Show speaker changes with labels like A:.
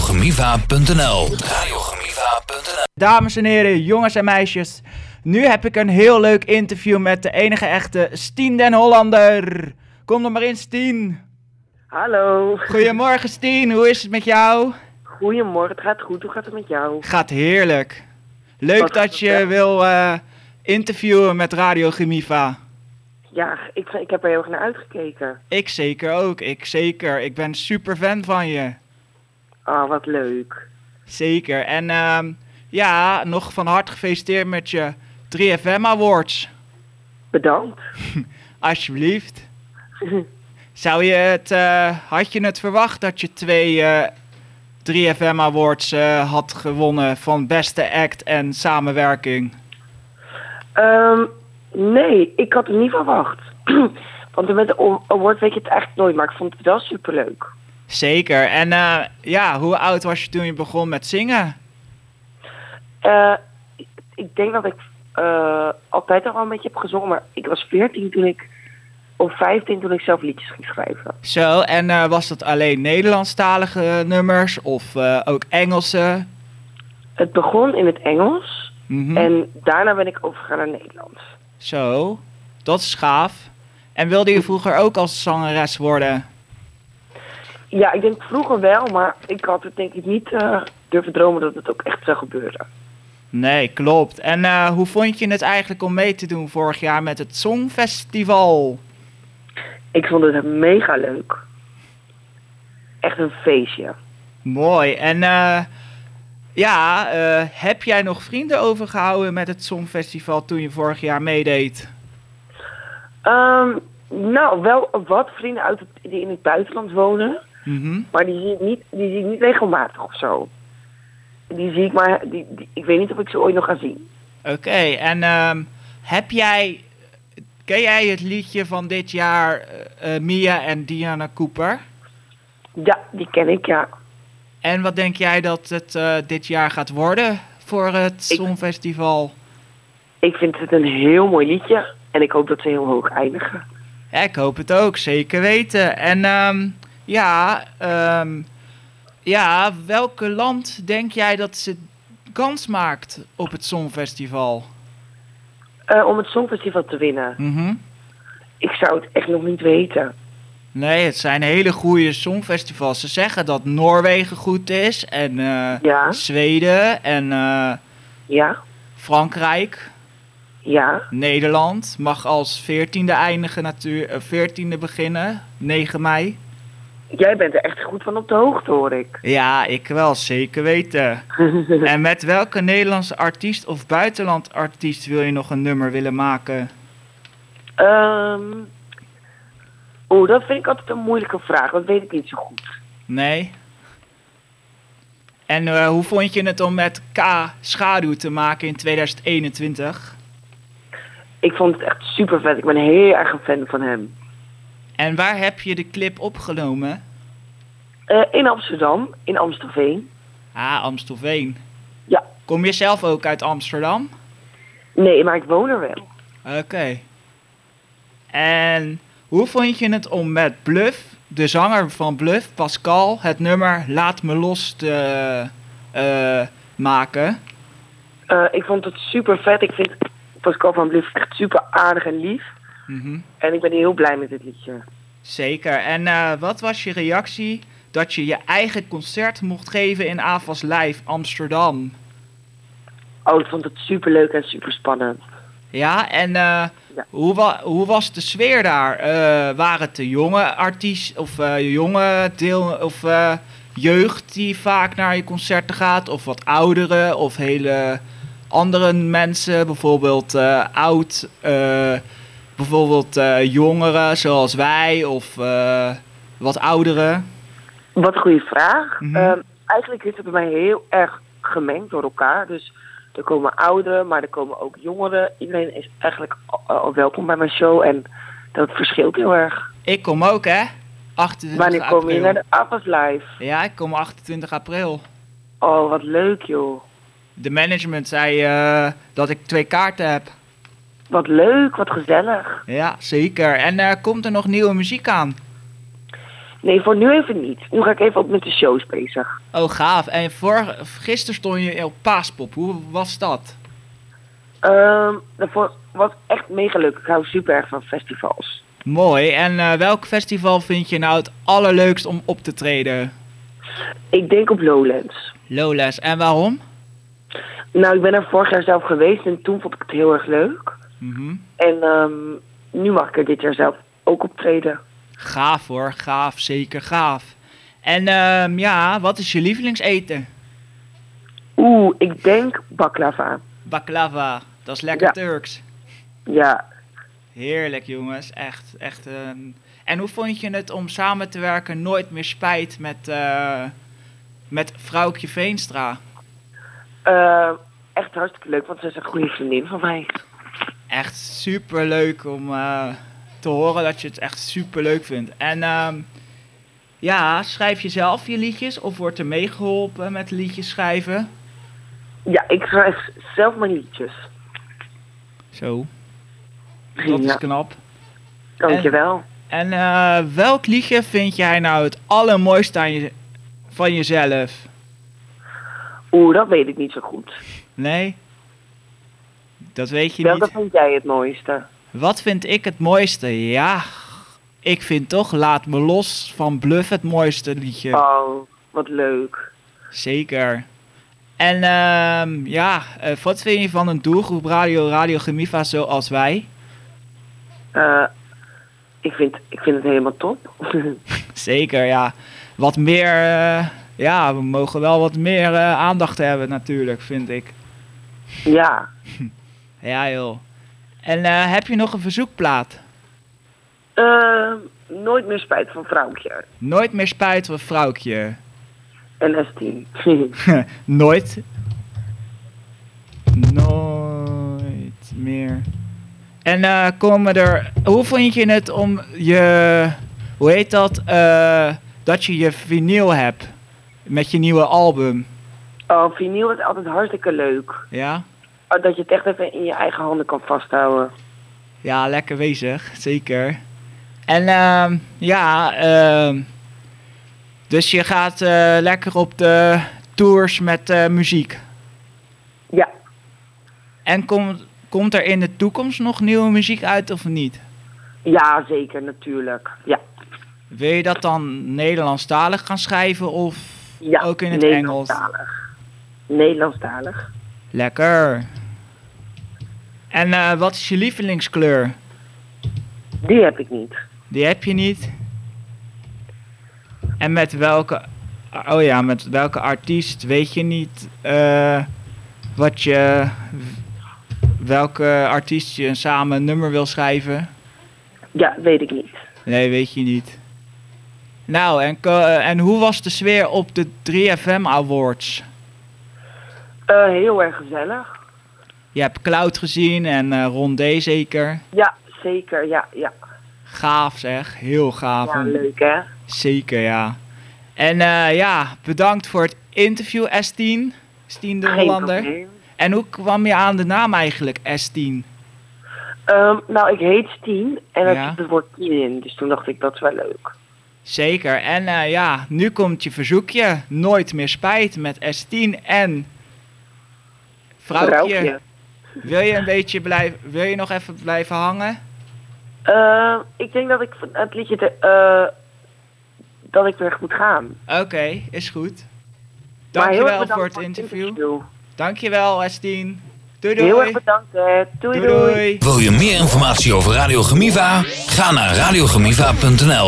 A: www.radiogemiva.nl Radiogemiva.nl
B: Dames en heren, jongens en meisjes. Nu heb ik een heel leuk interview met de enige echte Stien den Hollander. Kom er maar in, Stien.
C: Hallo.
B: Goedemorgen, Stien. Hoe is het met jou?
C: Goedemorgen, het gaat goed. Hoe gaat het met jou?
B: Gaat heerlijk. Leuk
C: Wat
B: dat je
C: gezellig.
B: wil eh, interviewen met Radio Gemiva.
C: Ja, ik, ik heb er heel erg naar uitgekeken.
B: Ik zeker ook, ik zeker. Ik ben super fan van je.
C: Ah, wat leuk.
B: Zeker. En ehm, ja, nog van harte gefeliciteerd met je 3FM Awards.
C: Bedankt.
B: Alsjeblieft. Zou je het, eh, had je het verwacht dat je twee eh, 3FM Awards eh, had gewonnen van beste act en samenwerking?
C: Ehm, nee, ik had het niet verwacht. Want met de award weet je het eigenlijk nooit, maar ik vond het wel superleuk.
B: Zeker. En eh, ja, hoe oud was je toen je begon met zingen?
C: Eh, ik, ik denk dat ik eh, altijd al wel een beetje heb gezongen, maar ik was 14 toen ik, of 15 toen ik zelf liedjes ging schrijven.
B: Zo, en eh, was dat alleen Nederlandstalige nummers of eh, ook Engelse?
C: Het begon in het Engels
B: Mhm.
C: en daarna ben ik overgegaan naar Nederlands.
B: Zo, dat is gaaf. En wilde je vroeger ook als zangeres worden?
C: Ja, ik denk vroeger wel, maar ik had het denk ik niet eh, durven dromen dat het ook echt zou gebeuren.
B: Nee, klopt. En eh, hoe vond je het eigenlijk om mee te doen vorig jaar met het Songfestival?
C: Ik vond het mega leuk. Echt een feestje.
B: Mooi. En eh, ja, eh, heb jij nog vrienden overgehouden met het Songfestival toen je vorig jaar meedeed?
C: Ehm, nou, wel wat vrienden uit het, die in het buitenland wonen,
B: Mhm.
C: maar die zie ik niet, die zie ik niet regelmatig of zo. Die zie ik maar, die, die- ik weet niet of ik ze ooit nog ga zien.
B: Oké, en ehm, heb jij, ken jij het liedje van dit jaar eh, eh, Mia en Diana Cooper?
C: Ja, die ken ik, ja.
B: En wat denk jij dat het eh, dit jaar gaat worden voor het
C: Ik-
B: Songfestival?
C: Ik vind het een heel mooi liedje en ik hoop dat ze heel hoog eindigen.
B: Ja, ik hoop het ook, zeker weten. En ehm, ja, ehm, ja, welke land denk jij dat ze kans maakt op het Songfestival?
C: Eh, om het Songfestival te winnen,
B: Mhm.
C: ik zou het echt nog niet weten.
B: Nee, het zijn hele goede songfestivals. Ze zeggen dat Noorwegen goed is en eh,
C: Ja.
B: Zweden en eh,
C: Ja,
B: Frankrijk.
C: ja.
B: Nederland mag als 14e eindigen natuur, 14e beginnen, 9 mei.
C: Jij bent er echt goed van op de hoogte, hoor ik.
B: Ja, ik wel, zeker weten. en met welke Nederlandse artiest of buitenland artiest wil je nog een nummer willen maken?
C: Ehm Oeh, dat vind ik altijd een moeilijke vraag. Dat weet ik niet zo goed.
B: Nee? En eh, hoe vond je het om met K schaduw te maken in 2021?
C: Ik vond het echt super vet. Ik ben heel erg een fan van hem.
B: En waar heb je de clip opgenomen?
C: Eh, in Amsterdam, in Amstelveen.
B: Ah, Amstelveen.
C: Ja.
B: Kom je zelf ook uit Amsterdam?
C: Nee, maar ik woon er wel.
B: Oké. En hoe vond je het om met Bluff, de zanger van Bluff, Pascal, het nummer Laat Me Los te eh, maken?
C: Eh, ik vond het super vet. Ik vind Pascal van Bluff echt super aardig en lief.
B: Mhm.
C: En ik ben heel blij met dit liedje.
B: Zeker. En eh, wat was je reactie dat je je eigen concert mocht geven in AFAS Live Amsterdam?
C: Oh, ik vond het super leuk en super spannend.
B: Ja, en eh,
C: Ja.
B: Hoe, wa- hoe was de sfeer daar? Eh, waren het de jonge artiest of eh, jonge deel of eh, jeugd die vaak naar je concerten gaat? Of wat oudere of hele andere mensen? Bijvoorbeeld eh, oud, eh, bijvoorbeeld eh, jongeren zoals wij of eh, wat ouderen?
C: Wat een goede vraag.
B: Mhm.
C: Ehm, eigenlijk is het bij mij heel erg gemengd door elkaar. Dus er komen ouderen, maar er komen ook jongeren. Iedereen is eigenlijk al- al welkom bij mijn show en dat verschilt heel erg.
B: Ik kom ook hè? 28
C: Wanneer
B: april.
C: kom je naar de Appels Live?
B: Ja, ik kom 28 april.
C: Oh, wat leuk joh.
B: De management zei eh, dat ik twee kaarten heb.
C: Wat leuk, wat gezellig.
B: Ja, zeker. En eh, komt er nog nieuwe muziek aan?
C: Nee, voor nu even niet. Nu ga ik even op met de shows bezig.
B: Oh, gaaf. En vor, gisteren stond je op Paaspop. Hoe was dat?
C: Ehm dat was echt mega leuk. Ik hou super erg van festivals.
B: Mooi. En eh, welk festival vind je nou het allerleukst om op te treden?
C: Ik denk op Lowlands.
B: Lowlands. En waarom?
C: Nou, ik ben er vorig jaar zelf geweest en toen vond ik het heel erg leuk.
B: Mhm.
C: En ehm, nu mag ik er dit jaar zelf ook optreden.
B: Gaaf hoor. Gaaf. Zeker gaaf. En ehm, ja, wat is je lievelingseten?
C: Oeh, ik denk baklava.
B: Baklava. Dat is lekker
C: Ja.
B: Turks.
C: Ja,
B: Heerlijk jongens. Echt. echt een- En hoe vond je het om samen te werken? Nooit meer spijt met, eh, met vrouwtje Veenstra.
C: eh, echt hartstikke leuk, want ze is een goede vriendin van mij.
B: echt super leuk om eh, te horen dat je het echt super leuk vindt. En ehm, ja, schrijf je zelf je liedjes of wordt er meegeholpen met liedjes schrijven?
C: Ja, ik schrijf zelf mijn liedjes.
B: Zo, dat is
C: ja,
B: knap.
C: dankjewel.
B: En eh, welk liedje vind jij nou het allermooiste aan je, van jezelf?
C: Oeh, dat weet ik niet zo goed.
B: Nee? Dat weet je
C: Welke
B: niet.
C: vind jij het mooiste?
B: Wat vind ik het mooiste? Ja, ik vind toch Laat Me Los van Bluff het mooiste liedje.
C: Oh, wat leuk.
B: Zeker. En ehm, ja, eh, wat vind je van een doelgroep Radio Radio Gemiva zoals wij?
C: Eh, ik, vind, ik vind het helemaal top.
B: Zeker, ja. Wat meer, eh, ja, we mogen wel wat meer eh, aandacht hebben natuurlijk, vind ik.
C: ja.
B: Ja joh. En eh, heb je nog een verzoekplaat?
C: Eh, nooit meer spijt van vrouwtje.
B: Nooit meer spijt van vrouwtje.
C: En S10.
B: Nooit. Nooit meer. En eh komen er. Hoe vond je het om je. Hoe heet dat? eh, dat je je vinyl hebt. Met je nieuwe album.
C: oh, vinyl is altijd hartstikke leuk.
B: Ja?
C: Oh, Dat je het echt even in je eigen handen kan vasthouden.
B: Ja, lekker bezig. Zeker. En ehm, ja. ehm, dus je gaat eh, lekker op de tours met eh, muziek.
C: Ja.
B: En komt komt er in de toekomst nog nieuwe muziek uit of niet?
C: Ja, zeker, natuurlijk. Ja.
B: Wil je dat dan Nederlandstalig gaan schrijven of
C: ja.
B: ook in het Engels?
C: Nederlandstalig. Nederlandstalig.
B: Lekker. En eh, wat is je lievelingskleur?
C: Die heb ik niet.
B: Die heb je niet. En met welke, oh ja, met welke artiest weet je niet eh, wat je, welke artiest je samen een nummer wil schrijven?
C: Ja, weet ik niet.
B: Nee, weet je niet. Nou, en, ko- en hoe was de sfeer op de 3FM Awards?
C: Eh, heel erg gezellig.
B: Je hebt Cloud gezien en eh Rondé zeker.
C: Ja, zeker. Ja, ja.
B: Gaaf zeg, heel gaaf.
C: ja leuk hè.
B: zeker ja. En eh, ja, bedankt voor het interview S10. S10 de
C: Geen
B: Hollander.
C: probleem.
B: En hoe kwam je aan de naam eigenlijk S10?
C: Ehm, nou, ik heet Stien en er
B: Ja.
C: zit het woord Tien in, dus toen dacht ik dat is wel leuk.
B: Zeker. En eh, ja, nu komt je verzoekje. Nooit meer spijt met S10 en... Vrouwtje,
C: Vrouwtje.
B: Wil, je een beetje blijven, wil je nog even blijven hangen?
C: Ehm, ik denk dat ik van het liedje te, eh, dat ik weg moet gaan.
B: Oké, is goed.
C: Maar heel erg
B: Dankjewel
C: bedankt
B: voor het
C: het
B: interview. Dankjewel, Estien. Doei doei.
C: Heel erg bedankt. Hè. doei. doei.
A: Wil je meer informatie over Radio Gemiva? Ga naar radiogemiva.nl